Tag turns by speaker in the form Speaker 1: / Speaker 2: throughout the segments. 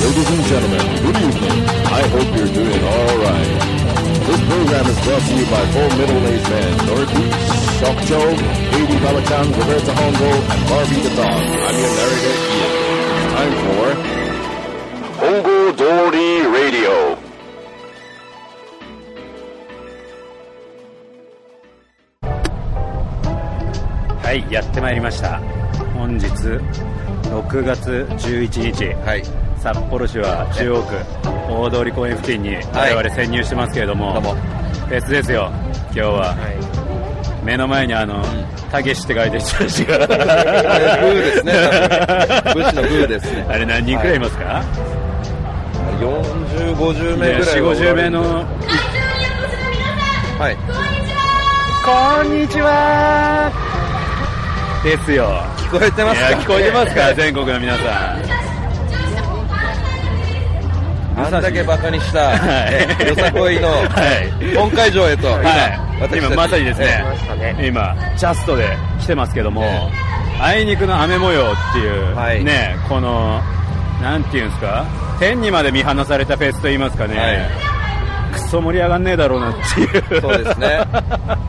Speaker 1: Ladies and gentlemen, good evening. I hope you're doing all right. This program is brought to you by four middle-aged men, Dorothy, Shock Joe, Baby Balachan, Roberta Hongo, and Barbie the Dog. I'm your narrator, Ian. It's time for Hongo Dory Radio.
Speaker 2: はい、やってまいりました。本日6月11日、
Speaker 3: はい。
Speaker 2: 札幌市は中央区大通公園付近に
Speaker 3: はい
Speaker 2: 我々潜入してますけれども、
Speaker 3: どうも
Speaker 2: フェスですよ。今日は目の前にあのたけしって書いてる人たちが、
Speaker 3: あれ、ブーですね。多分武士のブーですね。
Speaker 2: あれ何人くらいいますか？
Speaker 3: 40、50名ぐらい
Speaker 2: で
Speaker 3: は。
Speaker 2: 四五十名の
Speaker 3: はい。
Speaker 2: こんにちはですよ。
Speaker 3: 聞こえて
Speaker 2: い
Speaker 3: ますか
Speaker 2: や聞こえてますか？全国の皆さん。
Speaker 3: あんだけバカにした、
Speaker 2: はい
Speaker 3: えよさこいの
Speaker 2: はい
Speaker 3: 本会場へと、
Speaker 2: はい、今
Speaker 3: 今私たち
Speaker 2: まさにですね
Speaker 3: え
Speaker 2: 今ジャストで来てますけども、あいにくの雨模様っていう、
Speaker 3: はい
Speaker 2: ねこのなんていうんですか天にまで見放されたフェスと言いますかね、クソ盛り上がんねえだろうなってい
Speaker 3: え
Speaker 2: う
Speaker 3: そうで すね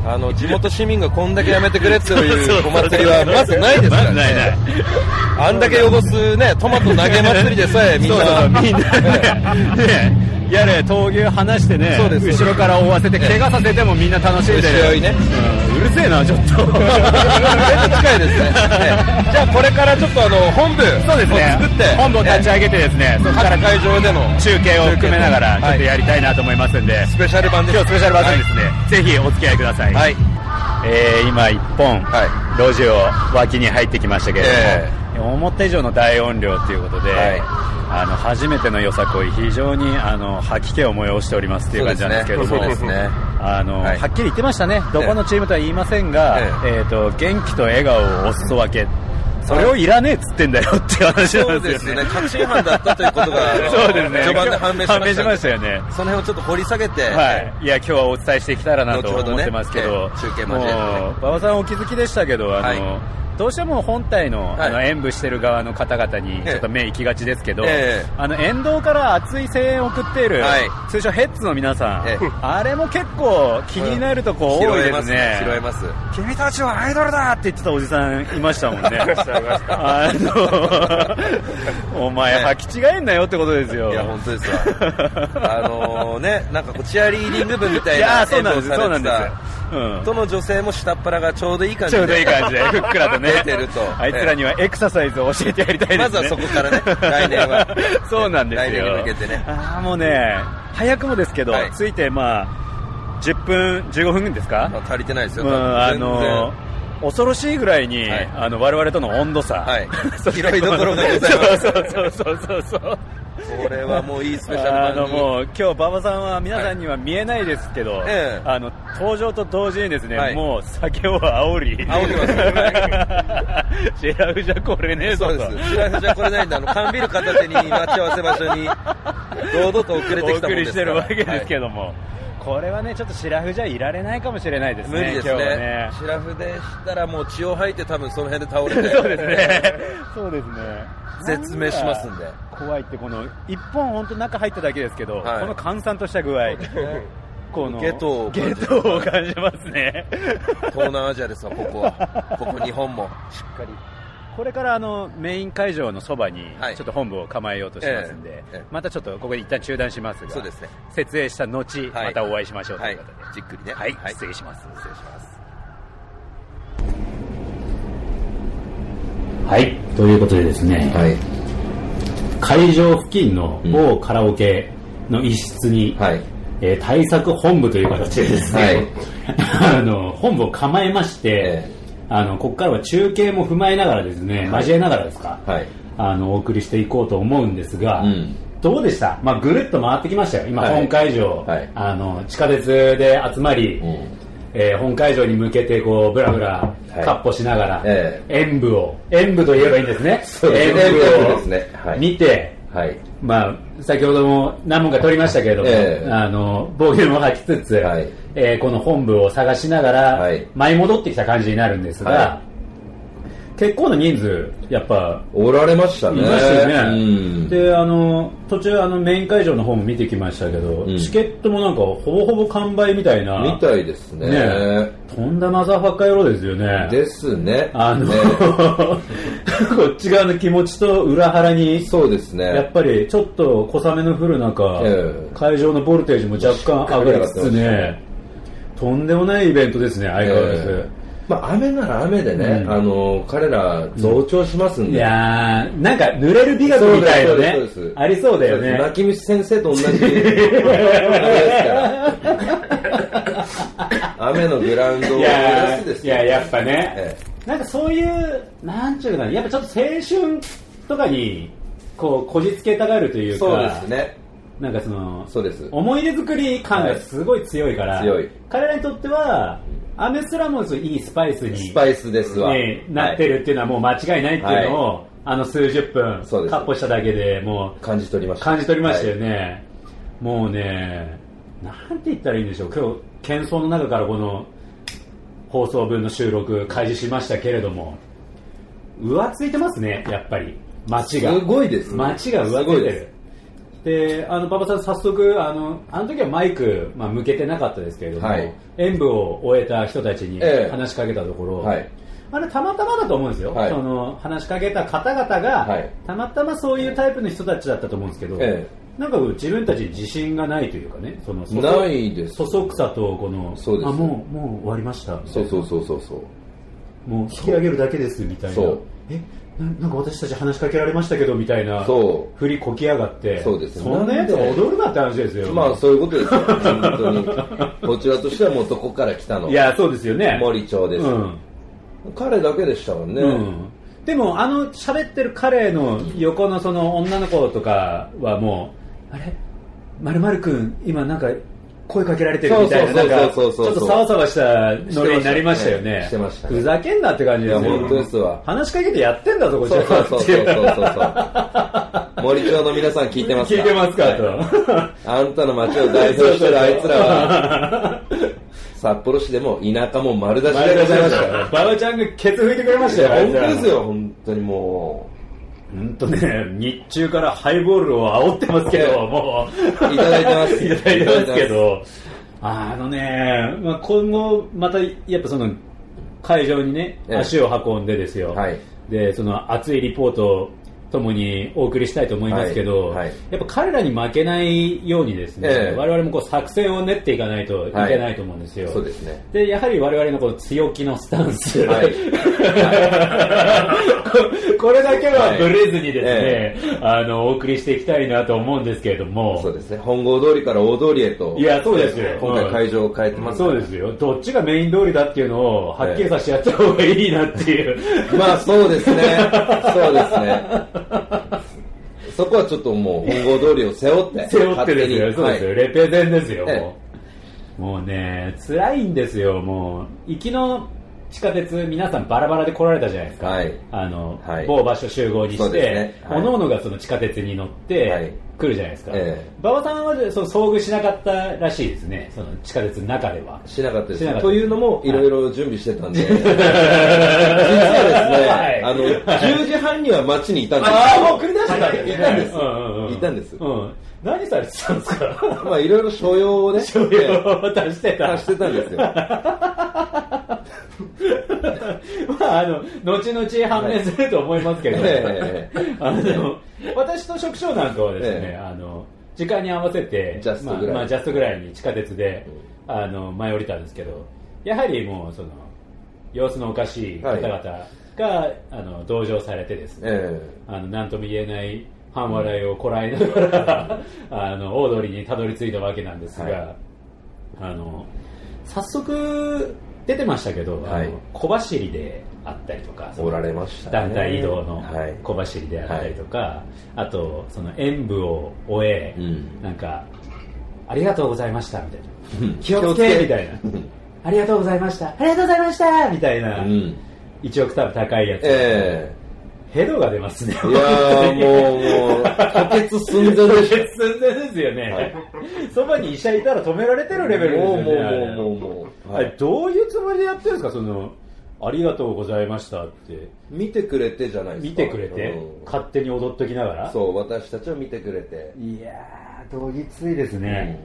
Speaker 3: あの地元市民がこんだけやめてくれって
Speaker 2: そ
Speaker 3: いうう
Speaker 2: そ
Speaker 3: お
Speaker 2: うそう
Speaker 3: 祭りはまずないですからね、
Speaker 2: まずないない
Speaker 3: あんだけ汚すねトマト投げ祭りでさえみんな
Speaker 2: そうそうみん
Speaker 3: え
Speaker 2: なねね やれ闘牛離してね
Speaker 3: そうです
Speaker 2: 後ろから追わせて
Speaker 3: ええ
Speaker 2: 怪我させてもみんな楽しんで
Speaker 3: 後ろ追
Speaker 2: る
Speaker 3: いね
Speaker 2: うんうるせえなちょっ と
Speaker 3: 近いですね、ええじゃあこれからちょっとあの本部を
Speaker 2: そうですね
Speaker 3: 作って
Speaker 2: 本部を立ち上げてですね、そこから
Speaker 3: 各会場での
Speaker 2: 中継を含めながらちょっとやりたいなと思いますんで、
Speaker 3: スペシャル版です
Speaker 2: 今日スペシャルバージョンですね、ぜひお付き合いください、
Speaker 3: はい、
Speaker 2: えー今一本、
Speaker 3: は
Speaker 2: 路地を脇に入ってきましたけれども、
Speaker 3: え
Speaker 2: 思った以上の大音量ということで、
Speaker 3: はい
Speaker 2: あの初めてのよさこい非常にあの吐き気を催しておりますっていう感じなんですけれども
Speaker 3: そうですねそうですね
Speaker 2: あの
Speaker 3: はい
Speaker 2: はっきり言ってましたねどこのチームとは言いませんが、
Speaker 3: え
Speaker 2: えーと元気と笑顔をお裾分けそれをいらねえっつってんだよっていう話な
Speaker 3: そ
Speaker 2: ん
Speaker 3: う
Speaker 2: です
Speaker 3: で
Speaker 2: よ
Speaker 3: すね確信犯だったということがあの
Speaker 2: そうですね。
Speaker 3: 序盤で判明しました
Speaker 2: 判明しましたよね。
Speaker 3: その辺をちょっと掘り下げて、
Speaker 2: はい。いや、今日はお伝えしていけたらなと
Speaker 3: 後ほど
Speaker 2: 思
Speaker 3: ね
Speaker 2: ってますけど、
Speaker 3: ええ中継交えて
Speaker 2: もう、馬場さんお気づきでしたけど、あ
Speaker 3: は
Speaker 2: の、どうしても本体の
Speaker 3: はい
Speaker 2: あの演舞してる側の方々に
Speaker 3: ええ
Speaker 2: ちょっと目行きがちですけど
Speaker 3: ええ、
Speaker 2: あの沿道から熱い声援を送っている
Speaker 3: はい、
Speaker 2: 通称ヘッズの皆さん
Speaker 3: ええ、
Speaker 2: あれも結構気になるとこ多いですね。
Speaker 3: 拾えますね
Speaker 2: 君たちはアイドルだって言ってたおじさんいましたも んね。あの、お前
Speaker 3: ね
Speaker 2: 履き違えんなよってことですよ。
Speaker 3: いや 本当ですわあのねなんかこうチアリーディング部みたい
Speaker 2: いや
Speaker 3: な
Speaker 2: ーそうなんです
Speaker 3: 演
Speaker 2: そう
Speaker 3: 舞
Speaker 2: な
Speaker 3: を
Speaker 2: ん
Speaker 3: され
Speaker 2: で
Speaker 3: て
Speaker 2: す
Speaker 3: た
Speaker 2: うん
Speaker 3: どの女性も下っ腹がちょうどいい感
Speaker 2: ち
Speaker 3: じで
Speaker 2: ょうどいい感じでふっくらとね
Speaker 3: 出てると
Speaker 2: あいつらにはエクササイズを教えてやりたいですね
Speaker 3: まずはそこか らね来年は
Speaker 2: そうなんですよ
Speaker 3: 来年に向けてね
Speaker 2: ああもうね早くもですけど、
Speaker 3: はい
Speaker 2: ついてまあ10分15分ですか、
Speaker 3: まあ足りてないですよ
Speaker 2: うん
Speaker 3: 多分
Speaker 2: あ
Speaker 3: 全然
Speaker 2: の恐ろしいぐらいに、
Speaker 3: はい
Speaker 2: あの我々との温度差、
Speaker 3: はい
Speaker 2: そして
Speaker 3: 広いところがございます
Speaker 2: そうそうそうそうそう
Speaker 3: これはもういいスペシャル
Speaker 2: あ
Speaker 3: 版
Speaker 2: の
Speaker 3: に
Speaker 2: もう今日馬場さんは皆さんには見えないですけど、
Speaker 3: ええ
Speaker 2: あの登場と同時にですね、
Speaker 3: はい
Speaker 2: もう酒を煽り
Speaker 3: 煽ります
Speaker 2: シェラフじゃこれねえぞ
Speaker 3: そう
Speaker 2: と
Speaker 3: ですシラフじゃこれないんであの缶ビール片手に待ち合わせ場所に堂々と遅れ て
Speaker 2: お
Speaker 3: き
Speaker 2: 送
Speaker 3: たもんで
Speaker 2: り
Speaker 3: す
Speaker 2: して
Speaker 3: から
Speaker 2: るわけですけども、これはねちょっとシラフじゃいられないかもしれないですね
Speaker 3: 無理です
Speaker 2: 今日は
Speaker 3: ねシラフでしたらもう血を吐いて多分その辺で倒れて
Speaker 2: そうですねそうですね
Speaker 3: 絶命しますんで
Speaker 2: 怖いってこの一本本当中入っただけですけど、
Speaker 3: はい
Speaker 2: この閑散とした具合この
Speaker 3: ゲトを感じ
Speaker 2: ゲ
Speaker 3: る
Speaker 2: トを感じますね
Speaker 3: 東南アジアですわここはここ日本 もしっかり
Speaker 2: これからあのメイン会場のそばに
Speaker 3: はい
Speaker 2: ちょっと本部を構えようとしてますんで、
Speaker 3: ええええ
Speaker 2: またちょっとここで一旦中断しますが
Speaker 3: そうですね
Speaker 2: 設営した後、
Speaker 3: はい
Speaker 2: またお会いしましょうということで、
Speaker 3: はいじっくりね
Speaker 2: はい、
Speaker 3: はい
Speaker 2: 失礼します失礼します
Speaker 4: はい、ということでですね、
Speaker 3: はい
Speaker 4: 会場付近の
Speaker 3: うん
Speaker 4: 某カラオケの一室に、
Speaker 3: はい
Speaker 4: えー対策本部という形でですね、
Speaker 3: はい
Speaker 4: あの本部を構えまして、
Speaker 3: え
Speaker 4: あのここからは中継も踏まえながらですね、交えながらですか、
Speaker 3: はい
Speaker 4: あのお送りしていこうと思うんですが、
Speaker 3: うん
Speaker 4: どうでした、まあ、ぐるっと回ってきましたよ、今、
Speaker 3: はい
Speaker 4: 本会場、
Speaker 3: はい
Speaker 4: あの、地下鉄で集まり、
Speaker 3: ん
Speaker 4: えー本会場に向けてこうブラブラ
Speaker 3: い
Speaker 4: かっ歩しながら、
Speaker 3: え
Speaker 4: 演舞を演舞と言えばいいんですね
Speaker 3: うですね
Speaker 4: 演
Speaker 3: 演舞
Speaker 4: 舞
Speaker 3: ですねは
Speaker 4: を
Speaker 3: い
Speaker 4: 見て、
Speaker 3: はい
Speaker 4: まあ、先ほども何本か取りましたけれども、
Speaker 3: ええ
Speaker 4: あの暴言を吐きつつ、
Speaker 3: はい
Speaker 4: えーこの本部を探しなが
Speaker 3: は
Speaker 4: ら
Speaker 3: い
Speaker 4: 舞い戻ってきた感じになるんですが、
Speaker 3: は
Speaker 2: 結構な人数、やっぱ、
Speaker 3: おられました
Speaker 2: い
Speaker 3: ね。
Speaker 2: ましたよね、
Speaker 3: うん
Speaker 2: であの途中あのメイン会場の方も見てきましたけど、
Speaker 3: うん
Speaker 2: チケットもなんかほぼほぼ完売みたいな
Speaker 3: みたいですね。
Speaker 2: ねとんだマザーファッカー野郎ですよね
Speaker 3: ですね。
Speaker 2: あの、
Speaker 3: ね
Speaker 2: こっち側の気持ちと裏腹に
Speaker 3: そうですね。
Speaker 2: やっぱりちょっと小雨の降る中、
Speaker 3: ええ
Speaker 2: 会場のボルテージも若干上がりつつ
Speaker 3: しっかり上が
Speaker 2: ねとんでもないイベントですね相変わらず、
Speaker 3: まあ、雨なら雨でね、
Speaker 2: うん
Speaker 3: あの彼ら増長しますん
Speaker 2: い
Speaker 3: で、
Speaker 2: やーなんか濡れる美学
Speaker 3: そう
Speaker 2: みたいなね
Speaker 3: ですそうです
Speaker 2: ありそうだよ
Speaker 3: そうで
Speaker 2: ね
Speaker 3: す泣き虫先生と同 じあれですから 雨のグラウンドを
Speaker 2: い
Speaker 3: 思い出
Speaker 2: や
Speaker 3: すです
Speaker 2: いややっぱね、
Speaker 3: え
Speaker 2: なんかそういうなんちゅうかなやっぱちょっと青春とかにこうこじつけたがるというか
Speaker 3: そうですね
Speaker 2: なんかその
Speaker 3: そうです
Speaker 2: 思い出作り感がすごい強いから、
Speaker 3: はい強い
Speaker 2: 彼らにとっては雨すらもいいスパイスに
Speaker 3: スパイスですわ、
Speaker 2: ね、なって
Speaker 3: はい
Speaker 2: るっていうのはもう間違いないっていうのを、あの数十分
Speaker 3: そうです
Speaker 2: カッポしただけでもう
Speaker 3: 感じ取りました
Speaker 2: 感じ取りました
Speaker 3: は
Speaker 2: よ
Speaker 3: い
Speaker 2: ね、もうねなんて言ったらいいんでしょう今日喧騒の中からこの放送分の収録開始しましたけれども浮ついてますねやっぱり街が
Speaker 3: すごいですね
Speaker 2: 街が上ついてるであの馬場さん早速あのあの時はマイク、まあ、向けてなかったですけれども、
Speaker 3: はい
Speaker 2: 演舞を終えた人たちに
Speaker 3: ええ
Speaker 2: 話しかけたところ、
Speaker 3: はい
Speaker 2: あれたまたまだと思うんですよ、
Speaker 3: はい
Speaker 2: その話しかけた方々が、
Speaker 3: はい
Speaker 2: たまたまそういうタイプの人たちだったと思うんですけど、
Speaker 3: え
Speaker 2: なんか自分たちに自信がないというかね、そのそそ
Speaker 3: ないです
Speaker 2: そそくさとこの
Speaker 3: そうです
Speaker 2: あもうもう終わりましたみたいな
Speaker 3: そうそうそうそうそう
Speaker 2: もう引き上げるだけですみたいな
Speaker 3: そう、
Speaker 2: えななんか私たち話しかけられましたけどみたいな、
Speaker 3: そ
Speaker 2: 振りこきやがって、
Speaker 3: そうです
Speaker 2: んなやつ踊るなって話ですよ、
Speaker 3: うまあそういうことですよ本当にこちらとしてはもうどこから来たの
Speaker 2: いや、そうですよね、
Speaker 3: 森町です、
Speaker 2: うん
Speaker 3: 彼だけでしたもんね、
Speaker 2: うんでもあの喋ってる彼の横のその女の子とかはもうあれまるまるくん今なんか声かけられてるみたいな
Speaker 3: そ
Speaker 2: な
Speaker 3: うんそうそう
Speaker 2: かちょっ
Speaker 3: そうそうそう
Speaker 2: とサワサワしたノリになりましたよね
Speaker 3: してましたねしてましたね
Speaker 2: ふざけんなって感じですよ
Speaker 3: いや本当ですわ
Speaker 2: 話しかけてやってんだぞこっち
Speaker 3: そうそう
Speaker 2: は
Speaker 3: そうそう
Speaker 2: ってい
Speaker 3: そう
Speaker 2: う
Speaker 3: そう。森町の皆さん聞いてます か
Speaker 2: 聞いてますかと、
Speaker 3: はいあんたの町を代表してるあいつらは、 札幌市でも田舎も丸出し
Speaker 2: あり
Speaker 3: で
Speaker 2: がと
Speaker 3: ご
Speaker 2: うご
Speaker 3: ざ
Speaker 2: ざい
Speaker 3: いま
Speaker 2: まし
Speaker 3: し。
Speaker 2: たた馬場ちゃんがケツ拭いてくれましたよ
Speaker 3: 本
Speaker 2: あ
Speaker 3: 当
Speaker 2: いつら
Speaker 3: ですよ、本当にも
Speaker 2: 本当ね、日中からハイボールを煽ってますけ
Speaker 3: ええ
Speaker 2: ど、もう。
Speaker 3: いただいてます
Speaker 2: いただいてますけど、あのね、まあ、今後、また、やっぱその、会場にね、
Speaker 3: ええ
Speaker 2: 足を運んでですよ。
Speaker 3: はい
Speaker 2: で、その熱いリポートを共にお送りしたいと思いますけど、
Speaker 3: はいはい
Speaker 2: やっぱ彼らに負けないようにですね、
Speaker 3: ええ
Speaker 2: 我々もこう作戦を練っていかないといけないと思うんですよ。
Speaker 3: う、そうですね。
Speaker 2: でやはり我々のこの強気のスタンス、
Speaker 3: はい
Speaker 2: こ これだけはブレずにですね、
Speaker 3: え
Speaker 2: あのお送りしていきたいなと思うんですけれども
Speaker 3: そうですね。本郷通りから大通りへと。
Speaker 2: いやそうですよ
Speaker 3: 今回会場を変えてます。
Speaker 2: そうですよどっちがメイン通りだっていうのをはっきりさせてやった方がいいなって いう、
Speaker 3: まあそうですね。そうですね。そこはちょっともう本郷通りを背負って。
Speaker 2: 背負ってですよ、そう
Speaker 3: 勝
Speaker 2: です
Speaker 3: 手
Speaker 2: よ、
Speaker 3: に
Speaker 2: レペゼンですよ、
Speaker 3: ええ
Speaker 2: もう。もうね、辛いんですよ、もう。行きの地下鉄、皆さんバラバラで来られたじゃないですか。
Speaker 3: はい
Speaker 2: あの、
Speaker 3: はい
Speaker 2: 某場所集合に
Speaker 3: そう
Speaker 2: して、
Speaker 3: ですねはい
Speaker 2: 各々がその地下鉄に乗っ
Speaker 3: はい
Speaker 2: て来るじゃないですか。
Speaker 3: ええ
Speaker 2: 馬場さんはその遭遇しなかったらしいですね、その地下鉄の中で は。
Speaker 3: しなかったで
Speaker 2: しなか
Speaker 3: す。
Speaker 2: った
Speaker 3: というのも、
Speaker 2: はい
Speaker 3: いろいろ準備してたんで、実はですね、
Speaker 2: は
Speaker 3: あの、10時半には街にいたんです
Speaker 2: ああ、もう繰り出してたん
Speaker 3: いたんです
Speaker 2: うんうんうん
Speaker 3: いたんです
Speaker 2: うん。何されてたんです か
Speaker 3: まあ、いろいろ所用をね、
Speaker 2: 商用を足してた。
Speaker 3: 足してたんですよ。
Speaker 2: まあ、あの後々判明すると思いますけど、
Speaker 3: え
Speaker 2: あの私と職長なんかはですね、
Speaker 3: ええ
Speaker 2: あの時間に合わせて
Speaker 3: ジャストぐらい
Speaker 2: まあまあジャストぐらいに地下鉄で、あの前降りたんですけどやはりもうその様子のおかしい方々が、あの同情されてですね
Speaker 3: え
Speaker 2: あの何とも言えない半笑いをこらえながら、あの大通りにたどり着いたわけなんですが、
Speaker 3: はい
Speaker 2: あの早速出てましたけど、
Speaker 3: はい
Speaker 2: あの小走りであったりとか
Speaker 3: えおられましたね。
Speaker 2: 団体移動の
Speaker 3: はい。
Speaker 2: 小走りであったりとか、あとその演舞を終え、
Speaker 3: うん
Speaker 2: なんかありがとうございましたみたいな
Speaker 3: うん
Speaker 2: 気をつけみたいなありがとうございましたありがとうございましたみたいな、
Speaker 3: うん。
Speaker 2: 1オクターブ高いやつ、
Speaker 3: え
Speaker 2: ヘドが出ますね
Speaker 3: えいやーもう、もう、吐血寸前でし
Speaker 2: 寸前ですよね、
Speaker 3: はい
Speaker 2: そばに医者いたら止められてるレベルですよね
Speaker 3: もうもうもうもうもう
Speaker 2: あれあれどういうつもりでやってるんですかそのありがとうございましたって
Speaker 3: 見てくれてじゃないですか
Speaker 2: 見てくれて、
Speaker 3: うん
Speaker 2: 勝手に踊っときながら
Speaker 3: そう私たちを見てくれて
Speaker 2: いやーどぎついですね、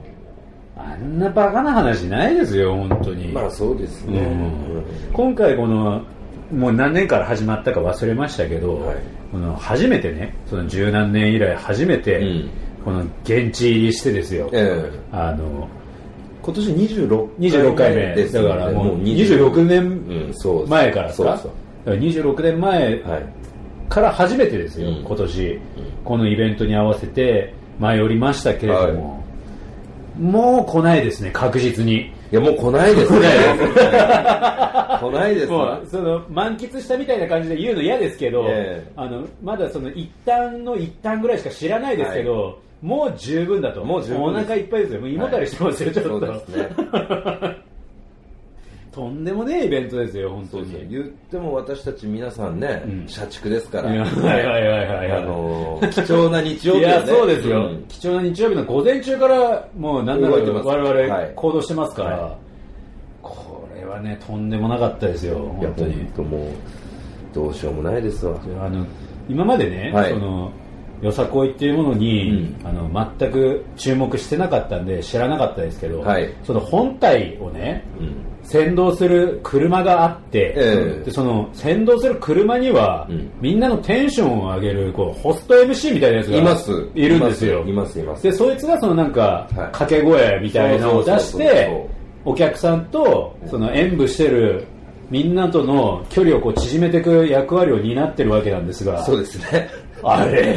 Speaker 2: あんなバカな話ないですよ本当に、
Speaker 3: まあそうですね、
Speaker 2: うん
Speaker 3: うん
Speaker 2: 今回このもう何年から始まったか忘れましたけど、
Speaker 3: はい
Speaker 2: この初めてねその十何年以来初めて、
Speaker 3: うん
Speaker 2: この現地入りしてですよ、
Speaker 3: ええ
Speaker 2: あの
Speaker 3: 今年26
Speaker 2: 26回目
Speaker 3: です
Speaker 2: だ
Speaker 3: ので
Speaker 2: からもう
Speaker 3: 26
Speaker 2: 26
Speaker 3: うん
Speaker 2: 年
Speaker 3: そうそう
Speaker 2: 前からですか、
Speaker 3: そうそう
Speaker 2: だから26年前
Speaker 3: はい
Speaker 2: から初めてですよ、
Speaker 3: うん
Speaker 2: 今年、このイベントに合わせて前寄りましたけれども、もう来ないですね確実に
Speaker 3: いやもう来ないですね来ないですね
Speaker 2: もうその満喫したみたいな感じで言うの嫌ですけど、
Speaker 3: ええ
Speaker 2: あのまだその一旦の一旦ぐらいしか知らないですけど、もう十分だと
Speaker 3: もう十分
Speaker 2: お
Speaker 3: です
Speaker 2: 腹いっぱいですよもう胃もたれしてますよ、ちょっ
Speaker 3: そう
Speaker 2: と、
Speaker 3: ですね
Speaker 2: とんでもねえイベントですよ本当に
Speaker 3: 言っても私たち皆さんね、
Speaker 2: うん
Speaker 3: 社畜ですから
Speaker 2: いやはいはいはいはいはい
Speaker 3: あのー貴重な日曜日
Speaker 2: い
Speaker 3: をね
Speaker 2: やそうですよ、
Speaker 3: ん
Speaker 2: 貴重な日曜日の午前中からもう何なら
Speaker 3: 動いてます
Speaker 2: 我
Speaker 3: は
Speaker 2: 々
Speaker 3: い
Speaker 2: 行動してますから、
Speaker 3: はい
Speaker 2: これはねとんでもなかったですよ
Speaker 3: いや
Speaker 2: 本当
Speaker 3: 本
Speaker 2: に
Speaker 3: 当もうどうしようもないですわ
Speaker 2: あの今までね、
Speaker 3: はい
Speaker 2: そのよさこいっていうものに、
Speaker 3: う
Speaker 2: あの全く注目してなかったんで知らなかったですけど、
Speaker 3: はい
Speaker 2: その本体をね、
Speaker 3: うん
Speaker 2: 先導する車があって、
Speaker 3: ええ
Speaker 2: でその先導する車には、
Speaker 3: うん
Speaker 2: みんなのテンションを上げるこうホスト MC みたいなやつが
Speaker 3: います
Speaker 2: いるんですよ
Speaker 3: いますいます
Speaker 2: でそいつがそのなんか
Speaker 3: はい
Speaker 2: 掛け声みたいなのを出し
Speaker 3: そうそうそう
Speaker 2: て
Speaker 3: そう
Speaker 2: お客さんとその演舞してるみんなとの距離をこう縮めていく役割を担ってるわけなんですが
Speaker 3: そうです ね
Speaker 2: あれ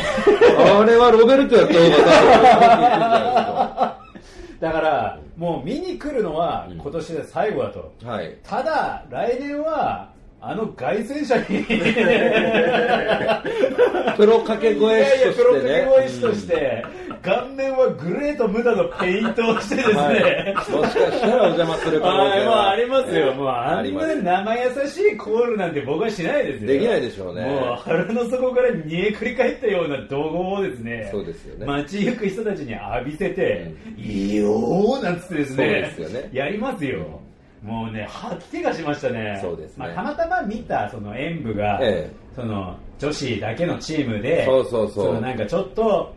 Speaker 3: あれはロベルトやった方が
Speaker 2: だからもう見に来るのは今年で最後だと、
Speaker 3: 多分 はい
Speaker 2: ただ来年はあの凱旋者に
Speaker 3: プロ掛け声師とし
Speaker 2: いや
Speaker 3: てね
Speaker 2: いやプロ掛け声師として、顔面はグレーと無駄のペイントをしてですね、
Speaker 3: はいもしかしたらお邪魔する可能
Speaker 2: はい
Speaker 3: 性
Speaker 2: もう
Speaker 3: は
Speaker 2: ありますよ、もうあ
Speaker 3: あり
Speaker 2: ん
Speaker 3: ま
Speaker 2: な
Speaker 3: す
Speaker 2: 生優しいコールなんて僕はしないですよ、
Speaker 3: できないでしょうね
Speaker 2: もう腹の底から煮えくり返ったような怒号をですね、
Speaker 3: そうですよね
Speaker 2: 街行く人たちに浴びせて、いいよーなんつってですね、
Speaker 3: そうですよね
Speaker 2: やりますよ。もうね、吐き気がしましたね。
Speaker 3: そうですね
Speaker 2: まあ、たまたま見たその演舞が、
Speaker 3: ええ
Speaker 2: その女子だけのチームで、
Speaker 3: そうそうそう
Speaker 2: のなんかちょっと、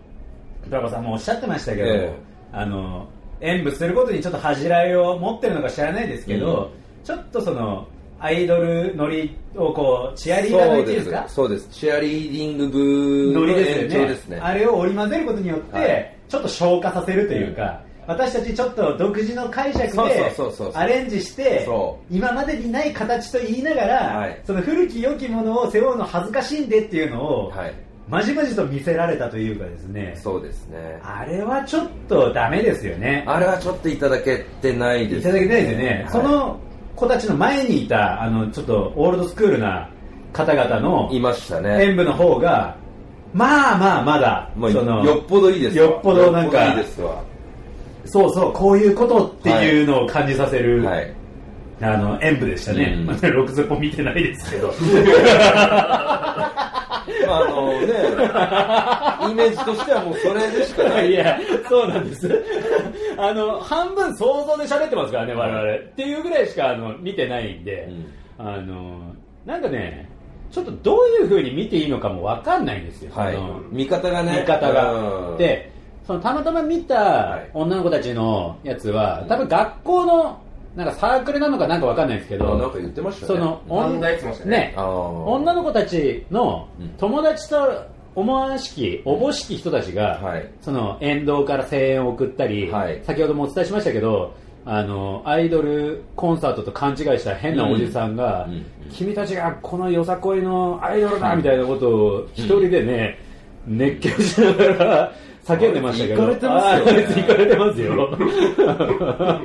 Speaker 2: ドラゴンさんもおっしゃってましたけど、
Speaker 3: ええ
Speaker 2: あの演舞することにちょっと恥じらいを持ってるのか知らないですけど、ちょっとそのアイドル乗りをこうチアリーダー乗りっていうんですか
Speaker 3: そうですチアリーディング部
Speaker 2: ノリ
Speaker 3: の
Speaker 2: で
Speaker 3: 延
Speaker 2: すよ
Speaker 3: 長
Speaker 2: ね
Speaker 3: ですね
Speaker 2: あれを織り交ぜることによって、
Speaker 3: はい
Speaker 2: ちょっと消化させるというか、私たちちょっと独自の解釈
Speaker 3: そうそう
Speaker 2: で
Speaker 3: そうそうそう
Speaker 2: アレンジして
Speaker 3: そ
Speaker 2: 今までにない形と言いながら、
Speaker 3: はい
Speaker 2: その古き良きものを背負うの恥ずかしいんでっていうのを、
Speaker 3: はい
Speaker 2: まじまじと見せられたというかですね
Speaker 3: そうですね
Speaker 2: あれはちょっとダメですよね
Speaker 3: あれはちょっといただけてないです
Speaker 2: いただきたいですよね、
Speaker 3: はい
Speaker 2: その子たちの前にいたあのちょっとオールドスクールな方々の
Speaker 3: いましたね
Speaker 2: 演舞の方がまあまあまだ
Speaker 3: もう
Speaker 2: その
Speaker 3: よっぽどいいですわ
Speaker 2: よっぽどなんか
Speaker 3: よっぽどいいですわ
Speaker 2: そうそうこういうことっていうのを感じさせる、
Speaker 3: はい
Speaker 2: あの演舞でしたね、
Speaker 3: うん
Speaker 2: まだロクゼポ見てないですけど
Speaker 3: まああのね イメージとしてはもうそれでしか ない
Speaker 2: いやそうなんです あの半分想像で喋ってますからね我々、っていうぐらいしかあの見てないんで、
Speaker 3: うん
Speaker 2: あのなんかねちょっとどういうふうに見ていいのかも分かんないんですよ、
Speaker 3: はい
Speaker 2: あの
Speaker 3: 見方がね
Speaker 2: 見方
Speaker 3: う
Speaker 2: が
Speaker 3: ん
Speaker 2: でそのたまたま見た
Speaker 3: い
Speaker 2: 女の子たちのやつは多分学校のなんかサークルなのかなんかわかんないですけど
Speaker 3: あなんか言ってましたね
Speaker 2: そのおん
Speaker 5: 漫才って言ってましたね
Speaker 2: ね
Speaker 3: あー
Speaker 2: 女の子たちの
Speaker 3: うん
Speaker 2: 友達と思わしきおぼしき人たちが、
Speaker 3: はい
Speaker 2: その沿道から声援を送ったり、
Speaker 3: はい
Speaker 2: 先ほどもお伝えしましたけどあのアイドルコンサートと勘違いした変なおじさんが、
Speaker 3: うんうん
Speaker 2: 君たちがこのよさこいのアイドルだみたいなことを一人でね、熱狂しながら叫んでましたけど、
Speaker 3: あいつイカれてますよね
Speaker 2: ああいつイカれてます よだか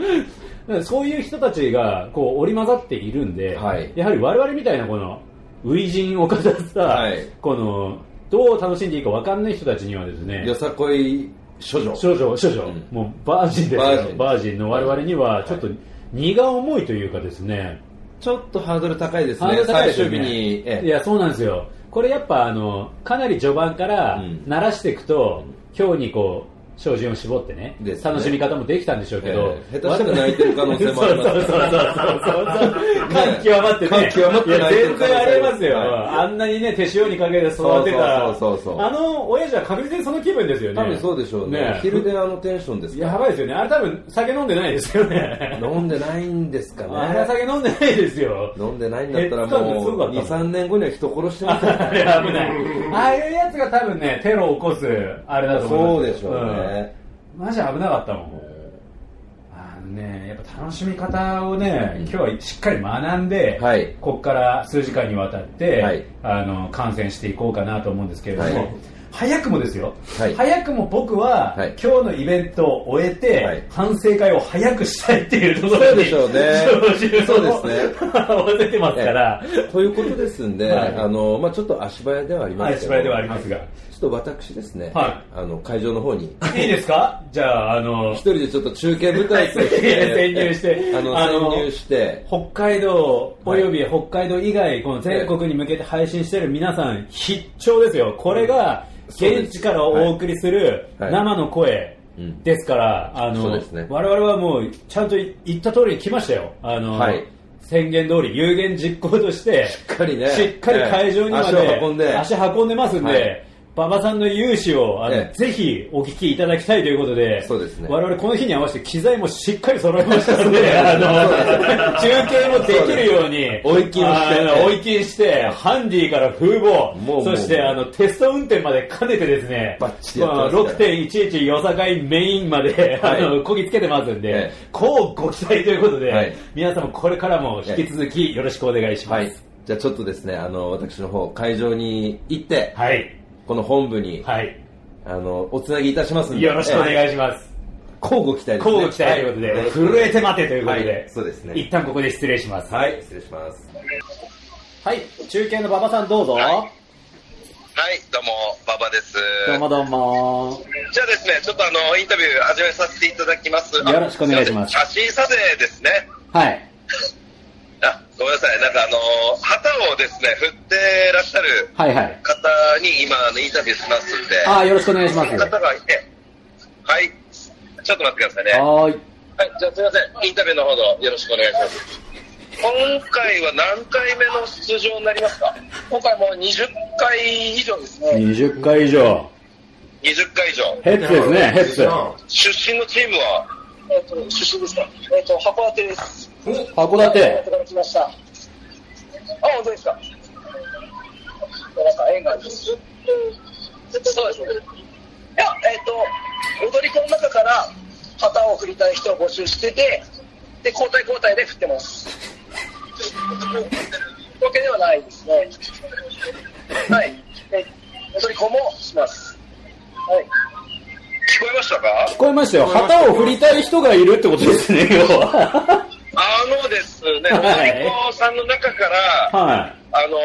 Speaker 2: らそういう人たちがこう織り交ざっているんで、
Speaker 3: はい
Speaker 2: やはり我々みたいなこの初陣を飾った、
Speaker 3: はい
Speaker 2: このどう楽しんでいいか分かんない人たちにはですね
Speaker 3: よさこい処女
Speaker 2: 少女少女、
Speaker 3: うん
Speaker 2: もうバージンですよ
Speaker 3: バージン
Speaker 2: バージンの我々にはちょっと荷が重いというかですね、
Speaker 3: ちょっとハードル高いです
Speaker 2: ハード
Speaker 3: ね
Speaker 2: ル高いで
Speaker 3: 最
Speaker 2: すよ
Speaker 3: 終
Speaker 2: ね
Speaker 3: 日にええ
Speaker 2: いやそうなんですよこれやっぱあのかなり序盤から
Speaker 3: うん
Speaker 2: 慣らしていくと、今日にこう精進を絞ってね
Speaker 3: ですね
Speaker 2: 楽しみ方もできたんでしょうけど、
Speaker 3: ええ下手したら泣いてる可能性もあります
Speaker 2: そうそうそうそうそう感
Speaker 3: ね
Speaker 2: 極まってね
Speaker 3: 感極まって
Speaker 2: いや
Speaker 3: 泣いてる
Speaker 2: 全然ありますよ、
Speaker 3: は
Speaker 2: あんなにね手塩にかけて育てた
Speaker 3: そうそうそうそう
Speaker 2: あの親父は確実にその気分ですよね
Speaker 3: 多分そうでしょうね
Speaker 2: ね
Speaker 3: 昼であのテンションですか
Speaker 2: やばいですよねあれ多分酒飲んでないですよね
Speaker 3: 飲んでないんですか
Speaker 2: あれは
Speaker 3: ね
Speaker 2: 酒飲んでないですよ
Speaker 3: 飲んでないんだったら
Speaker 2: ヘッドカードすごか
Speaker 3: も
Speaker 2: っ
Speaker 3: う
Speaker 2: たもん
Speaker 3: 23年後には人殺してま す
Speaker 2: あ れ危ないああいうやつが多分ねテロを起こすあれだと思
Speaker 3: そううんでしょうね、
Speaker 2: うんマジ危なかったもんあのねやっぱ楽しみ方をね、今日はしっかり学んで、
Speaker 3: はい
Speaker 2: ここから数時間にわたって、
Speaker 3: はい
Speaker 2: あの観戦していこうかなと思うんですけれども、
Speaker 3: はい
Speaker 2: 早くもですよ、
Speaker 3: はい
Speaker 2: 早くも僕は、
Speaker 3: はい
Speaker 2: 今日のイベントを終えて、
Speaker 3: はい
Speaker 2: 反省会を早くしたいっていうところに
Speaker 3: そうでしょ うね
Speaker 2: 照準を
Speaker 3: そ うです
Speaker 2: 合わせてますから、
Speaker 3: ということですんで、
Speaker 2: はい
Speaker 3: あのまあ、ちょっと足早ではありますけど
Speaker 2: 足早ではありますが
Speaker 3: ちょっと私ですね、
Speaker 2: は
Speaker 3: あの会場の方に
Speaker 2: いいですかじゃああの
Speaker 3: 一人でちょっと中継舞台とし
Speaker 2: 潜
Speaker 3: て
Speaker 2: 入して
Speaker 3: あの
Speaker 2: あの
Speaker 3: 潜入して
Speaker 2: 北海道および北海道以外、この全国
Speaker 3: え
Speaker 2: に向けて配信してる皆さん、必聴ですよ、これが
Speaker 3: そうです
Speaker 2: 現地からお送りする
Speaker 3: はい
Speaker 2: 生の声
Speaker 3: うん
Speaker 2: ですから、あ
Speaker 3: そう
Speaker 2: の
Speaker 3: ですね
Speaker 2: 我々はもうちゃんと言った通りに来ましたよ、あの
Speaker 3: はい
Speaker 2: 宣言通り、有言実行として、し
Speaker 3: っかりね
Speaker 2: しっかり会場にまで
Speaker 3: ええ足を運んで
Speaker 2: 足運んでますん
Speaker 3: は
Speaker 2: で
Speaker 3: い。
Speaker 2: 馬場さんの勇姿をあの、
Speaker 3: ええ
Speaker 2: ぜひお聞きいただきたいということで
Speaker 3: そうですね
Speaker 2: 我々この日に合わせて機材もしっかり揃えましたので、あの、中継もできるように、
Speaker 3: そうです追い金をして
Speaker 2: あの追い金して、ハンディから風貌
Speaker 3: もう
Speaker 2: そして
Speaker 3: もう
Speaker 2: あのテスト運転まで兼ねてですね、
Speaker 3: バッチリやってますから
Speaker 2: 6.11よさかいメインまで、
Speaker 3: はい
Speaker 2: あの、こぎつけてますんで、
Speaker 3: ええ
Speaker 2: こうご期待ということで、
Speaker 3: はい
Speaker 2: 皆さんもこれからも引き続きよろしくお願いしま
Speaker 3: はい
Speaker 2: す。
Speaker 3: じゃあちょっとですねあの私の方会場に行って、
Speaker 2: はい。
Speaker 3: この本部に、
Speaker 2: はい。
Speaker 3: あのおつなぎいたしますんで
Speaker 2: よろしくお願いします。
Speaker 3: 交互期待ですね
Speaker 2: 交互期待ということで、
Speaker 3: はい
Speaker 2: 震えて待てということで、
Speaker 3: はいそうですね
Speaker 2: 一旦ここで失礼します。
Speaker 3: はい失礼します
Speaker 2: はい、中継の馬場さんどうぞ。
Speaker 6: はい、どうも、馬場です。
Speaker 2: どうもどうも。
Speaker 6: じゃあですね、ちょっとあの、インタビュー始めさせていただきます。あ
Speaker 2: よろしくお願いします
Speaker 6: いせん写真撮影ですね。
Speaker 2: はい。
Speaker 6: あ、ごめんなさい、なんかあの、旗をですね、振ってらっしゃる
Speaker 2: はいはい。
Speaker 6: 方に今、あの、インタビューしますんで。
Speaker 2: あーよろしくお願いします
Speaker 6: その方がいて、はい、ちょっと待ってくださいね。
Speaker 2: はーい。
Speaker 6: はい、じゃあすいません、インタビューの方のよろしくお願いします。今回は何回目の出場になりますか今回もう20回以上ですね。
Speaker 2: 20回以上。
Speaker 6: 20回以上。
Speaker 2: ヘッズですね、ヘッ ズ。
Speaker 6: 出身のチームは
Speaker 7: えっと、出身ですかえっと、函館です。
Speaker 2: 函
Speaker 7: 函
Speaker 2: 館。
Speaker 7: 館から来ました。あ、本当ですかなんか縁があるんです。ずっと、ずっとそうですね。いや、えっと、踊り子の中から旗を振りたい人を募集してて、で、交代交代で振ってます。わけではないですね。はい。え踊り子もします。はい。
Speaker 6: 聞こえましたか
Speaker 2: 聞こえましたよ。旗を振りたい人がいるってことですね、要は。
Speaker 6: あのですね、
Speaker 2: はい
Speaker 6: 踊り子さんの中から、
Speaker 2: は
Speaker 6: あの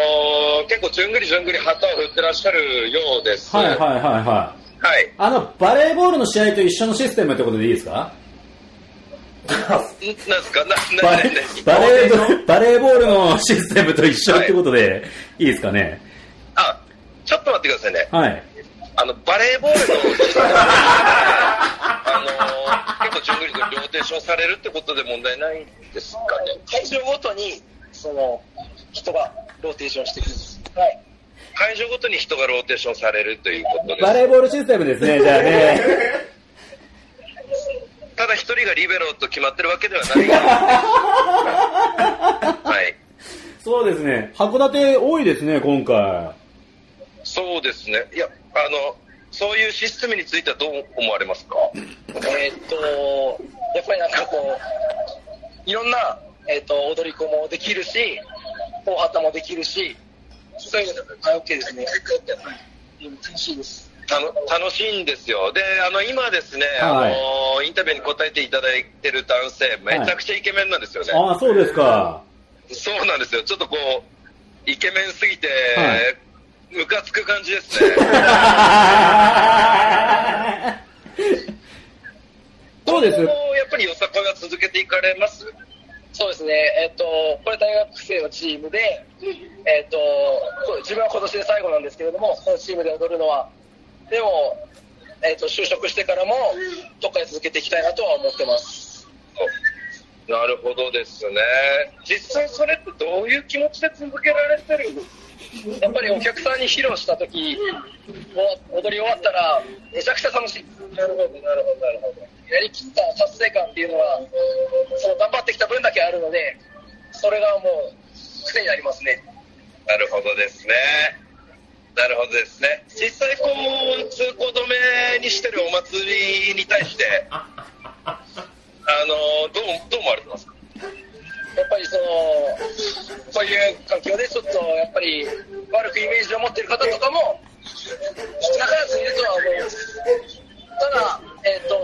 Speaker 6: ー結構じゅんぐりじゅんぐり旗を振ってらっしゃるようです。
Speaker 2: い。はいはいはいはい。
Speaker 6: はい
Speaker 2: あの、バレーボールの試合と一緒のシステムってことでいいですか
Speaker 6: んなんですかな、
Speaker 2: バ
Speaker 6: な、な、
Speaker 2: レ
Speaker 6: な、
Speaker 2: バレー、バレーボールのシステムと一緒ってことで、いいですかね
Speaker 6: あ、ちょっと待ってくださいね。
Speaker 2: はい。
Speaker 6: あの、バレーボールの実際の、あのー結構じゅんぐりじゅんぐりローテーションされるってことで問題ないですかね。
Speaker 7: 会場ごとにその人がローテーションしていくんです。はい。
Speaker 6: 会場ごとに人がローテーションされるということです。
Speaker 2: バレーボールシステムですね、じゃあ ね。
Speaker 6: ただ一人がリベロと決まってるわけではない。はい。
Speaker 2: そうですね。函館多いですね、今回。
Speaker 6: そうですね。いや、あの、そういうシステムについてはどう思われますか
Speaker 7: えーっとやっぱりなんかこういろんなえーっと踊り子もできるし、大旗もできるし、そういうのが OK ですね。うん楽しいです。
Speaker 6: たの楽しいんですよ。で、あの、今ですね、
Speaker 2: はい
Speaker 6: あの、インタビューに答えていただいてる男性、めちゃくちゃイケメンなんですよね。
Speaker 2: ああ、そうですか。
Speaker 6: そうなんですよ。ちょっとこう、イケメンすぎて、
Speaker 2: はい
Speaker 6: ムカつく感じですね。
Speaker 2: そうです
Speaker 6: 今。後やっぱりよさこいは続けていかれます
Speaker 7: そうですね。えーっとこれ大学生のチームで、えーっとこう自分は今年で最後なんですけれども、このチームで踊るのはでもええー、と就職してからも、どっかで続けていきたいなとは思ってます。
Speaker 6: なるほどですね。実際それってどういう気持ちで続けられてるんですか
Speaker 7: やっぱりお客さんに披露したとき、もう踊り終わったら、めちゃくちゃ楽しい。なるほど、なるほど、なるほど。やりきった達成感っていうのは、その頑張ってきた分だけあるので、それがもう、癖になりますね。
Speaker 6: なるほどですね。なるほどですね。実際こう通行止めにしてるお祭りに対して、あのどうどう思われてますか。
Speaker 7: やっぱりその、そういう環境でちょっとやっぱり悪くイメージを持っている方とかも、なからずいるとは思います。ただ、えっ、と、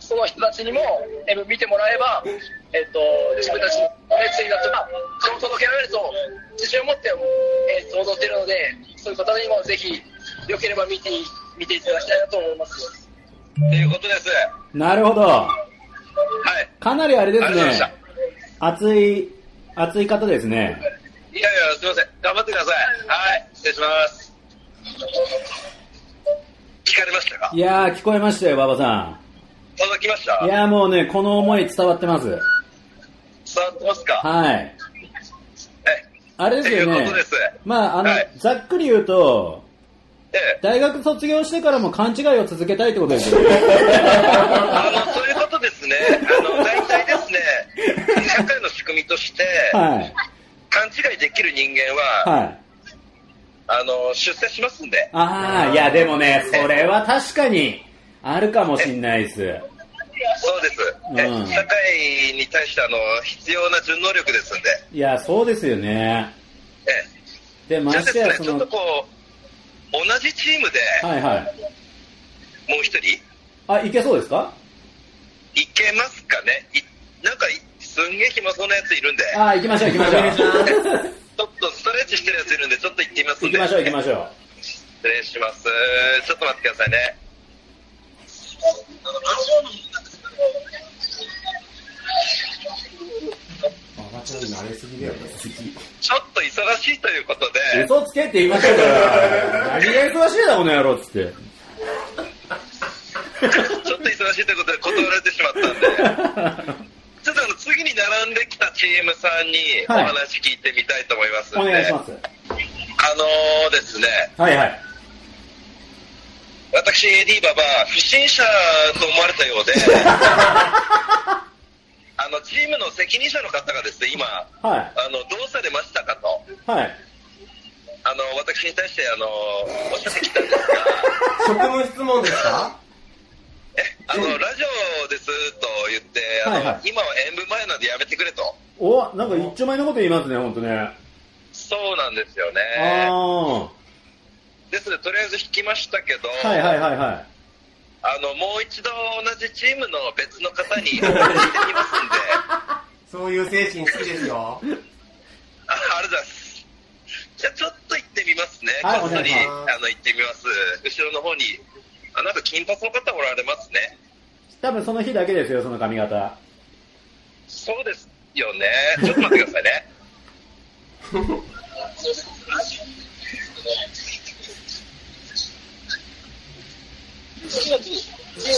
Speaker 7: その人たちにも、えー見てもらえば、えっ、と、自分たちの熱意だとか、そを届けられると、自信を持って、えーと踊っているので、そういう方にもぜひ、よければ見てい、見ていただきたいなと思います。
Speaker 6: っていうことです。
Speaker 2: なるほど。
Speaker 6: はい。
Speaker 2: かなりあれで
Speaker 6: ありがとうございますし
Speaker 2: ね。熱い、熱い方ですね。
Speaker 6: た。いやいやすみません。頑張ってください。はい。失礼します。聞かれましたか
Speaker 2: い。やー、聞こえましたよ、馬場さ
Speaker 6: 届きました。
Speaker 2: ん。いやーもうね、この思い伝わってます。
Speaker 6: 伝わってますか。
Speaker 2: はい。
Speaker 6: はい。
Speaker 2: あれですよ
Speaker 6: という
Speaker 2: ね
Speaker 6: ことです。
Speaker 2: まあ、あの、
Speaker 6: はい
Speaker 2: ざっくり言うと、
Speaker 6: ええ。
Speaker 2: 大学卒業してからも勘違いを続けたいってこと ですよね。
Speaker 6: あのそういうことですね、あの大体ですね、社会の仕組みとして、
Speaker 2: はい。
Speaker 6: 勘違いできる人間は、
Speaker 2: はい。
Speaker 6: あの出世しますんで、
Speaker 2: ああ、いやでもね、それは確かに、あるかもしんないです。
Speaker 6: そうです、
Speaker 2: うん
Speaker 6: え社会に対してあの必要な順応力ですんで、
Speaker 2: いや、そうですよね。
Speaker 6: え
Speaker 2: で、ま
Speaker 6: じゃあ
Speaker 2: してや、
Speaker 6: です
Speaker 2: そ
Speaker 6: ね、ちょっ
Speaker 2: の
Speaker 6: と、こう、同じチームで
Speaker 2: はいはい。
Speaker 6: もう一人、
Speaker 2: あ、いけそうですか
Speaker 6: いけますかね、いなんか、すんげえ暇そうなやついるんで、
Speaker 2: ああ、行きましょう行きましょう。
Speaker 6: ちょっとストレッチしてるやついるんで、ちょっと行ってみますん
Speaker 2: 行
Speaker 6: で、
Speaker 2: きましょう行きましょう。
Speaker 6: 失礼します、ちょっと待ってくださいね。
Speaker 3: ババちゃん慣れすぎだよね。
Speaker 6: ちょっと忙しいということで、
Speaker 2: 嘘つけって言いましたから。何が忙しいだこの野郎っつっ て。
Speaker 6: ちょっと忙しいということで断られてしまったんで、 ちょっとあの次に並んできたチームさんにお
Speaker 2: はい
Speaker 6: 話聞いてみたいと思いますん
Speaker 2: お
Speaker 6: で、
Speaker 2: 願いします。
Speaker 6: あのーですね、
Speaker 2: はいはい。
Speaker 6: 私、AD ババア、不審者と思われたよ うで、あのチームの責任者の方がですね、今、あ
Speaker 2: はい。
Speaker 6: のどうされましたかと、
Speaker 2: はい。
Speaker 6: あの私に対して、あのおっしゃってきたん です
Speaker 3: 職務質問ですか
Speaker 6: が、あのラジオですと言って、あの
Speaker 2: はいはい
Speaker 6: 今は演舞前なんでやめてくれと、
Speaker 2: お、なんか一丁前のこと言いますね、ほんとね。あ
Speaker 6: そうなんですよね。
Speaker 2: あ
Speaker 6: ですのでとりあえず引きましたけど、
Speaker 2: ー。はいはいはいは
Speaker 6: あのもう一度同じチームの別の方にお話ししてきま すんで
Speaker 3: そういう精神好きですよ。
Speaker 6: あありがとうございますじゃあちょっと行ってみますね、
Speaker 2: はい
Speaker 6: こっそり
Speaker 3: お願いします
Speaker 6: あの行ってみます後ろの方にあなんか金髪の方おられますね
Speaker 2: い。多分その日だけですよ、その髪型。
Speaker 6: そうですよねちょっと待ってくださいね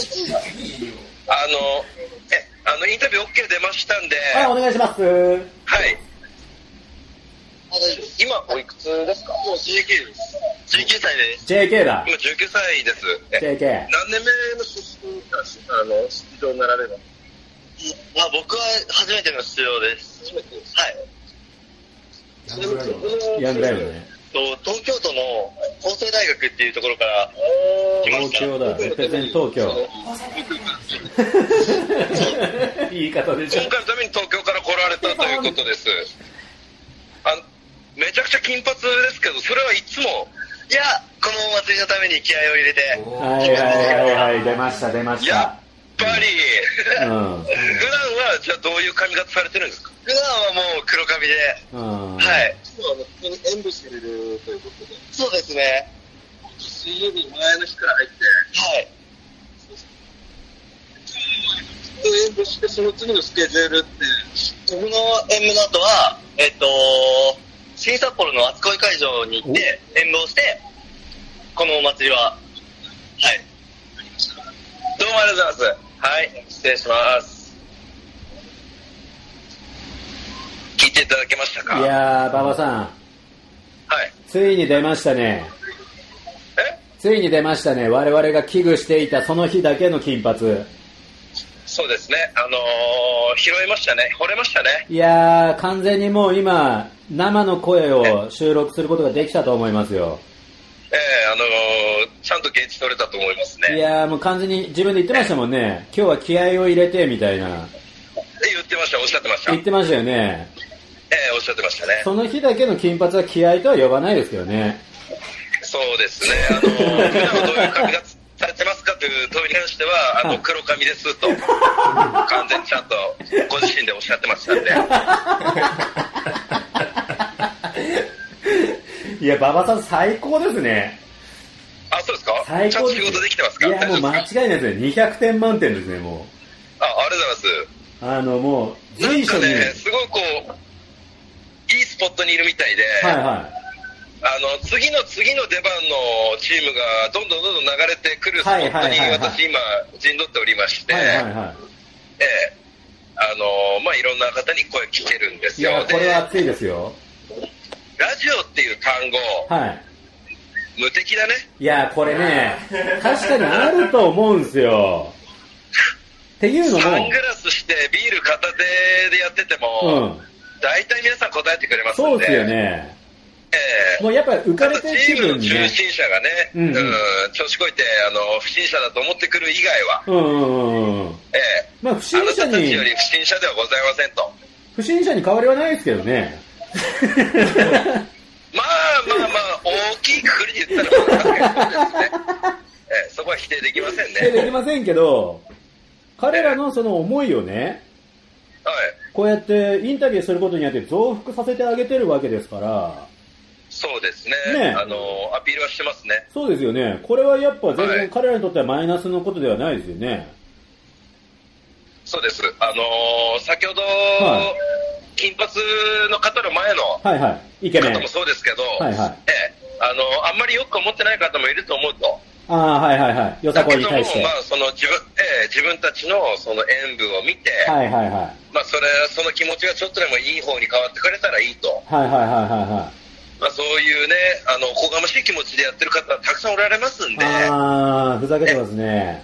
Speaker 6: あのえあのインタビュー OK 出ましたんで、
Speaker 2: はい、お願いします。
Speaker 6: はい。今、おいくつですかもう19です。19歳です。
Speaker 2: JK だ。
Speaker 6: 今、19歳です。え
Speaker 2: JK。
Speaker 6: 何年目の出身か、あの、出場になられるのあ、僕は初めての出場です。初めてです。はい。
Speaker 3: ヤングライオン
Speaker 2: ヤングライオンだ ね。
Speaker 6: と東京都の法政大学っていうところから来ま
Speaker 2: 東
Speaker 6: した。
Speaker 2: 京だ。絶対全東京。言い方でしょ
Speaker 6: 今。回のために東京から来られたということです。あのめちゃくちゃ金髪ですけど、それはいつもいや、このお祭りのために気合を入れて、
Speaker 2: はいはいはいはい、出ました出まし
Speaker 6: や
Speaker 2: た。
Speaker 6: っぱり、
Speaker 2: う
Speaker 6: 普段
Speaker 2: ん。
Speaker 6: はじゃあどういう髪型されてるんですか普段はもう黒髪で、
Speaker 2: うん。
Speaker 6: はい。
Speaker 7: 普通に演舞してくれるということで、
Speaker 6: そうですね。
Speaker 7: 水曜日前の日から入って、
Speaker 6: はい。
Speaker 7: 演舞して、その次のスケジュールって、
Speaker 6: 僕の演舞の後は、えっと、新札幌の厚恋会場に行って、演舞をして、このお祭りは、はい。礼します聞いていただけましたか
Speaker 2: いやー、馬場さん、
Speaker 6: はい
Speaker 2: ついに出ましたね。
Speaker 6: え
Speaker 2: ついに出ましたね。我々が危惧していたその日だけの金髪。
Speaker 6: そうですねあのー拾いましたね惚れましたね
Speaker 2: いやー、完全にもう今、生の声を収録することができたと思いますよ。
Speaker 6: ええあのーちゃんと現地取れたと思います
Speaker 2: い
Speaker 6: ね
Speaker 2: やー、もう完全に自分で言ってましたもんね。今日は気合を入れて、みたいな。
Speaker 6: 言ってましたおっしゃってましたえ
Speaker 2: 言ってましたよね。
Speaker 6: えおっしゃってましたね
Speaker 2: その日だけの金髪は気合とは呼ばないですけどね。
Speaker 6: そうですねあのー普段はどういう髪がされてますかという問いに関してはあの黒髪で すと完全にちゃんとご自身でおっしゃってまし たんで
Speaker 2: いや、馬場さん最高ですね。
Speaker 6: あ、そうですか
Speaker 2: 最
Speaker 6: ちゃん
Speaker 2: 高
Speaker 6: と
Speaker 2: です
Speaker 6: 仕事できてますか
Speaker 2: いや、もう
Speaker 6: 大丈
Speaker 2: 間
Speaker 6: 夫で
Speaker 2: 違
Speaker 6: す
Speaker 2: いないですね。200点満点ですね、も
Speaker 6: かあ、ありがとうございます。
Speaker 2: う。あの、もう、随所
Speaker 6: なん
Speaker 2: に。
Speaker 6: かね、すごいこう、いいスポットにいるみたいで、
Speaker 2: はいはい。
Speaker 6: あの、次の次の出番のチームがどんどんどんどん流れてくるスポット
Speaker 2: はいはい
Speaker 6: に
Speaker 2: はいはい
Speaker 6: 私今陣取っておりまして、
Speaker 2: はいはいは
Speaker 6: ええあの、まあ、いろんな方に声聞けるんで
Speaker 2: い。
Speaker 6: す
Speaker 2: いや、
Speaker 6: よ。
Speaker 2: これ
Speaker 6: で、
Speaker 2: は
Speaker 6: ラ
Speaker 2: 熱いですよ。
Speaker 6: ジオっていう単語、
Speaker 2: はい。
Speaker 6: 無敵だね。
Speaker 2: いや、これね、確かにあると思うんですよ。っていうの
Speaker 6: サン
Speaker 2: も、
Speaker 6: グラスしてビール片手でやってて
Speaker 2: う
Speaker 6: も、
Speaker 2: ん。
Speaker 6: 大体皆さん答えてくれますんで。
Speaker 2: そうですよね。
Speaker 6: ええ
Speaker 2: もうやっぱ浮か
Speaker 6: あ
Speaker 2: れ
Speaker 6: と
Speaker 2: てる
Speaker 6: チ
Speaker 2: 気
Speaker 6: ームの
Speaker 2: 分に
Speaker 6: 中
Speaker 2: ね。
Speaker 6: 心者がね、
Speaker 2: うんうん
Speaker 6: うん調子こいてあの不審者だと思ってくる以外は、
Speaker 2: うんうんうんうん。
Speaker 6: ええ
Speaker 2: まあ、不審者
Speaker 6: あなたたち
Speaker 2: に
Speaker 6: よ、り不審者ではございませんと、
Speaker 2: 不審者に変わりはないですけどね。
Speaker 6: まあまあまあ、大きいくくりで言ったら、確かにそうですね、ええそこは否定できません
Speaker 2: 否定 でき
Speaker 6: ね。
Speaker 2: ませんけど、彼らのその思いをね、
Speaker 6: はい
Speaker 2: こうやってインタビューすることによって増幅させてあげてるわけですから、
Speaker 6: そうですね
Speaker 2: ね
Speaker 6: あの、アピールはしてますね、
Speaker 2: そうですよね。これはやっぱ全
Speaker 6: は
Speaker 2: 然
Speaker 6: い
Speaker 2: 彼らにとってはマイナスのことではないですよね。
Speaker 6: そうです、あの先ほど、
Speaker 2: は
Speaker 6: 金髪の方の前の
Speaker 2: はいはい。イケメン
Speaker 6: 方も。そうですけど、
Speaker 2: はいはい
Speaker 6: ええあのあんまりよく思ってない方もいると思うと。
Speaker 2: ああ、はいはいはい。よさ
Speaker 6: だ
Speaker 2: こ
Speaker 6: け
Speaker 2: いに
Speaker 6: ども、
Speaker 2: 対して
Speaker 6: ま。あ、その自分、えー自分たちのその演舞を見て、
Speaker 2: はいはいはい。
Speaker 6: まあ、それ、その気持ちがちょっとでもいい方に変わってくれたらいいと。
Speaker 2: はいはいはいはいはい。
Speaker 6: まあ、そういうね、あの、おこがましい気持ちでやってる方はたくさんおられますんで、
Speaker 2: ああ、ふざけてます ね。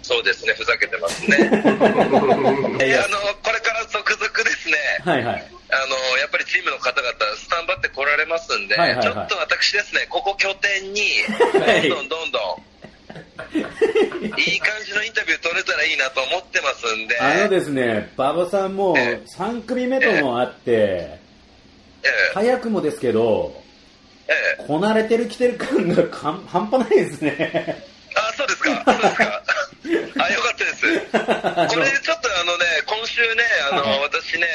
Speaker 6: そうですね、ふざけてま すね。いや、あの、これから続々ですね、
Speaker 2: はいはい。
Speaker 6: あの、やっぱりチームの方々、スタンバって来られますんで、
Speaker 2: はいはいはい
Speaker 6: ちょっと私ですね、ここ拠点に、
Speaker 2: はい
Speaker 6: どんどんどんどん、 いい感じのインタビュー取れたらいいなと思ってますんで、
Speaker 2: あのですね、馬場さんも
Speaker 6: え
Speaker 2: 3組目ともあって、
Speaker 6: ええ
Speaker 2: 早くもですけど、
Speaker 6: ええ、
Speaker 2: こなれてる来てる感がかん 半端ないですね。
Speaker 6: あそうですか、そうですか、あよかったで す、これちょっとあのね、今週ね、あの私ね、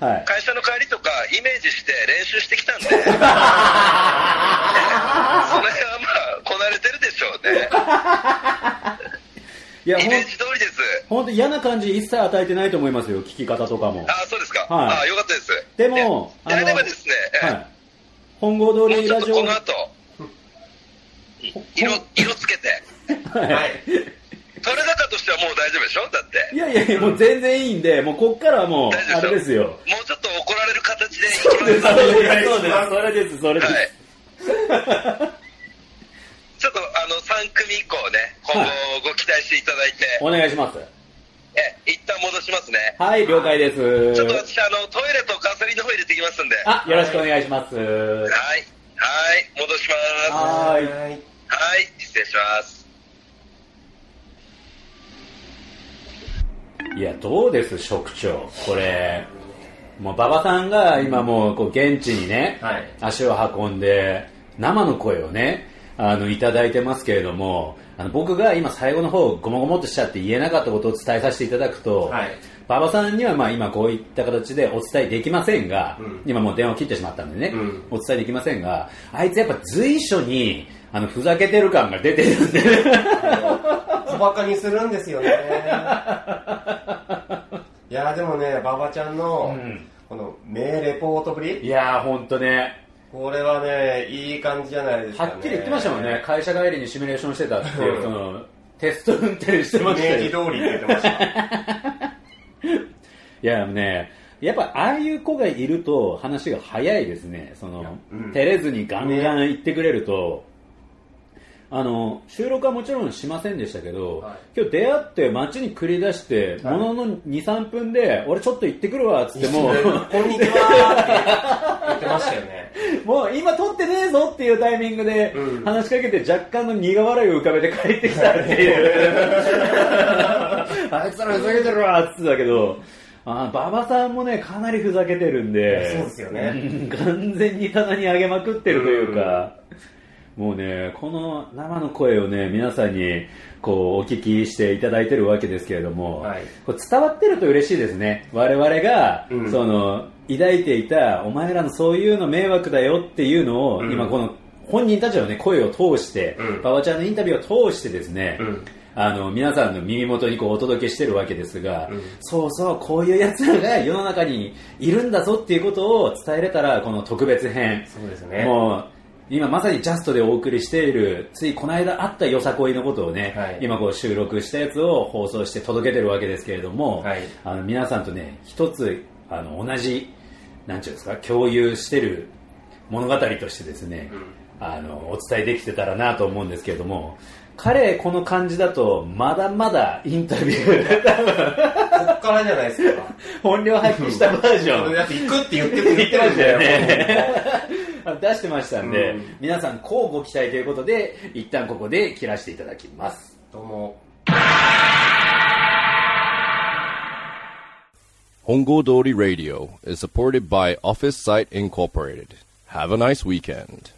Speaker 2: はい。
Speaker 6: 会社の帰りとか、イメージして練習して きたんで、その辺はまあ、こなれてるでしょうね、
Speaker 2: いや、ほ
Speaker 6: イ
Speaker 2: ん
Speaker 6: メージ通りです、
Speaker 2: ほんと嫌な感じ一切与えてないと思いますよ、聞き方とかも。
Speaker 6: あそうですか、
Speaker 2: はい
Speaker 6: あよかったです、
Speaker 2: でも、
Speaker 6: いやでもですね、ええ
Speaker 2: はい。本郷通
Speaker 6: もう
Speaker 2: り
Speaker 6: ちょ
Speaker 2: ラ
Speaker 6: っと
Speaker 2: ジオ。
Speaker 6: この後色色つけて、
Speaker 2: はい。
Speaker 6: 取れ高としてはもう大丈夫でしょ、だって。
Speaker 2: いやいやいや、もう全然いいんで、もうこっからはもう、
Speaker 6: 大丈
Speaker 2: あ
Speaker 6: 夫
Speaker 2: れですよ。
Speaker 6: もうちょっと怒られる形でいきます
Speaker 2: そうです、それです、それです。
Speaker 6: はい。ちょっとあの3組以降ね、今後ご期待していただいて、
Speaker 2: お願いします。
Speaker 6: え一旦戻しますね。
Speaker 2: はい、了解です。
Speaker 6: ちょっと私あのトイレとガソリンの方入れてきますんで。は
Speaker 2: あ、よろしくお願いします。
Speaker 6: い。はい。戻します。
Speaker 2: はーい。
Speaker 3: はい。
Speaker 6: はい。失礼します。
Speaker 2: いや、どうです、職長。これ、もう馬場さんが今もう、こう、現地にね、
Speaker 3: はい
Speaker 2: 足を運んで、生の声をね、あの、いただいてますけれども、あの僕が今最後の方、ごもごもっとしちゃって言えなかったことを伝えさせていただくと、
Speaker 3: はい
Speaker 2: 馬場さんにはまあ今こういった形でお伝えできませんが、今もう電話を切ってしまったんでね、
Speaker 3: うん
Speaker 2: お伝えできませんが、あいつやっぱ随所に、あの、ふざけてる感が出てるんで、
Speaker 3: 小バカにするんですよね。いやーでもね、馬場ちゃんの、
Speaker 2: うん
Speaker 3: この名レポートぶ
Speaker 2: い
Speaker 3: り、
Speaker 2: やー、ほんとね、
Speaker 3: これはね、いい感じじゃないですか
Speaker 2: は
Speaker 3: ね。
Speaker 2: っきり言ってましたもんね、会社帰りにシミュレーションしてたっていうう、
Speaker 3: ん
Speaker 2: そのテスト運転してましたよ
Speaker 8: 明治通りって言ってました。
Speaker 2: いやね、やっぱああいう子がいると話が早いですね、その、
Speaker 8: うん
Speaker 2: 照れずにガンガン行ってくれると、あの収録はもちろんしませんでしたけど、
Speaker 8: はい
Speaker 2: 今日出会って街に繰り出して、
Speaker 8: はい
Speaker 2: ものの2、3分で、俺ちょっと行ってくるわっつって、もう、
Speaker 8: こんにちはって言ってましたよね。
Speaker 2: もう今撮ってねえぞっていうタイミングで
Speaker 8: うん
Speaker 2: 話しかけて若干の苦笑いを浮かべて帰ってきたっていう あいつらふざけてるわっつってたけどあー馬場さんもねかなりふざけてるんで
Speaker 8: そうですよね
Speaker 2: うん完全に棚に上げまくってるというか、もうねこの生の声をね皆さんにこうお聞きしていただいてるわけですけれども、
Speaker 8: はい
Speaker 2: これ伝わってると嬉しいですね我々が、
Speaker 8: うん
Speaker 2: その抱いていたお前らのそういうの迷惑だよっていうのを、
Speaker 8: うん
Speaker 2: 今この本人たちの、ね、声を通して
Speaker 8: うん
Speaker 2: 馬場、ちゃんのインタビューを通してですね、
Speaker 8: うん
Speaker 2: あの皆さんの耳元にこうお届けしてるわけですが、
Speaker 8: うん
Speaker 2: そうそうこういうやつらが世の中にいるんだぞっていうことを伝えれたらこの特別編
Speaker 8: そうですね。
Speaker 2: もう今まさにジャストでお送りしているついこの間あったよさこいのことをね、
Speaker 8: はい
Speaker 2: 今こう収録したやつを放送して届けてるわけですけれども、
Speaker 8: はい
Speaker 2: あの皆さんとね一つあの同じなんていうんですか共有してる物語としてですね、あのお伝えできてたらなと思うんですけれども彼この感じだとまだまだインタビュー 多分
Speaker 8: こっからじゃないですか。
Speaker 2: 本領発揮したバージョン
Speaker 8: だって行くって言って
Speaker 2: 言ってましたよね
Speaker 8: もう。
Speaker 2: 出してましたんで、
Speaker 8: うん
Speaker 2: 皆さん、こうご期待ということで、一旦ここで切らしていただきます。
Speaker 8: どうも。
Speaker 1: Hongo Dori Radio is supported by Office Site Incorporated. Have a nice weekend.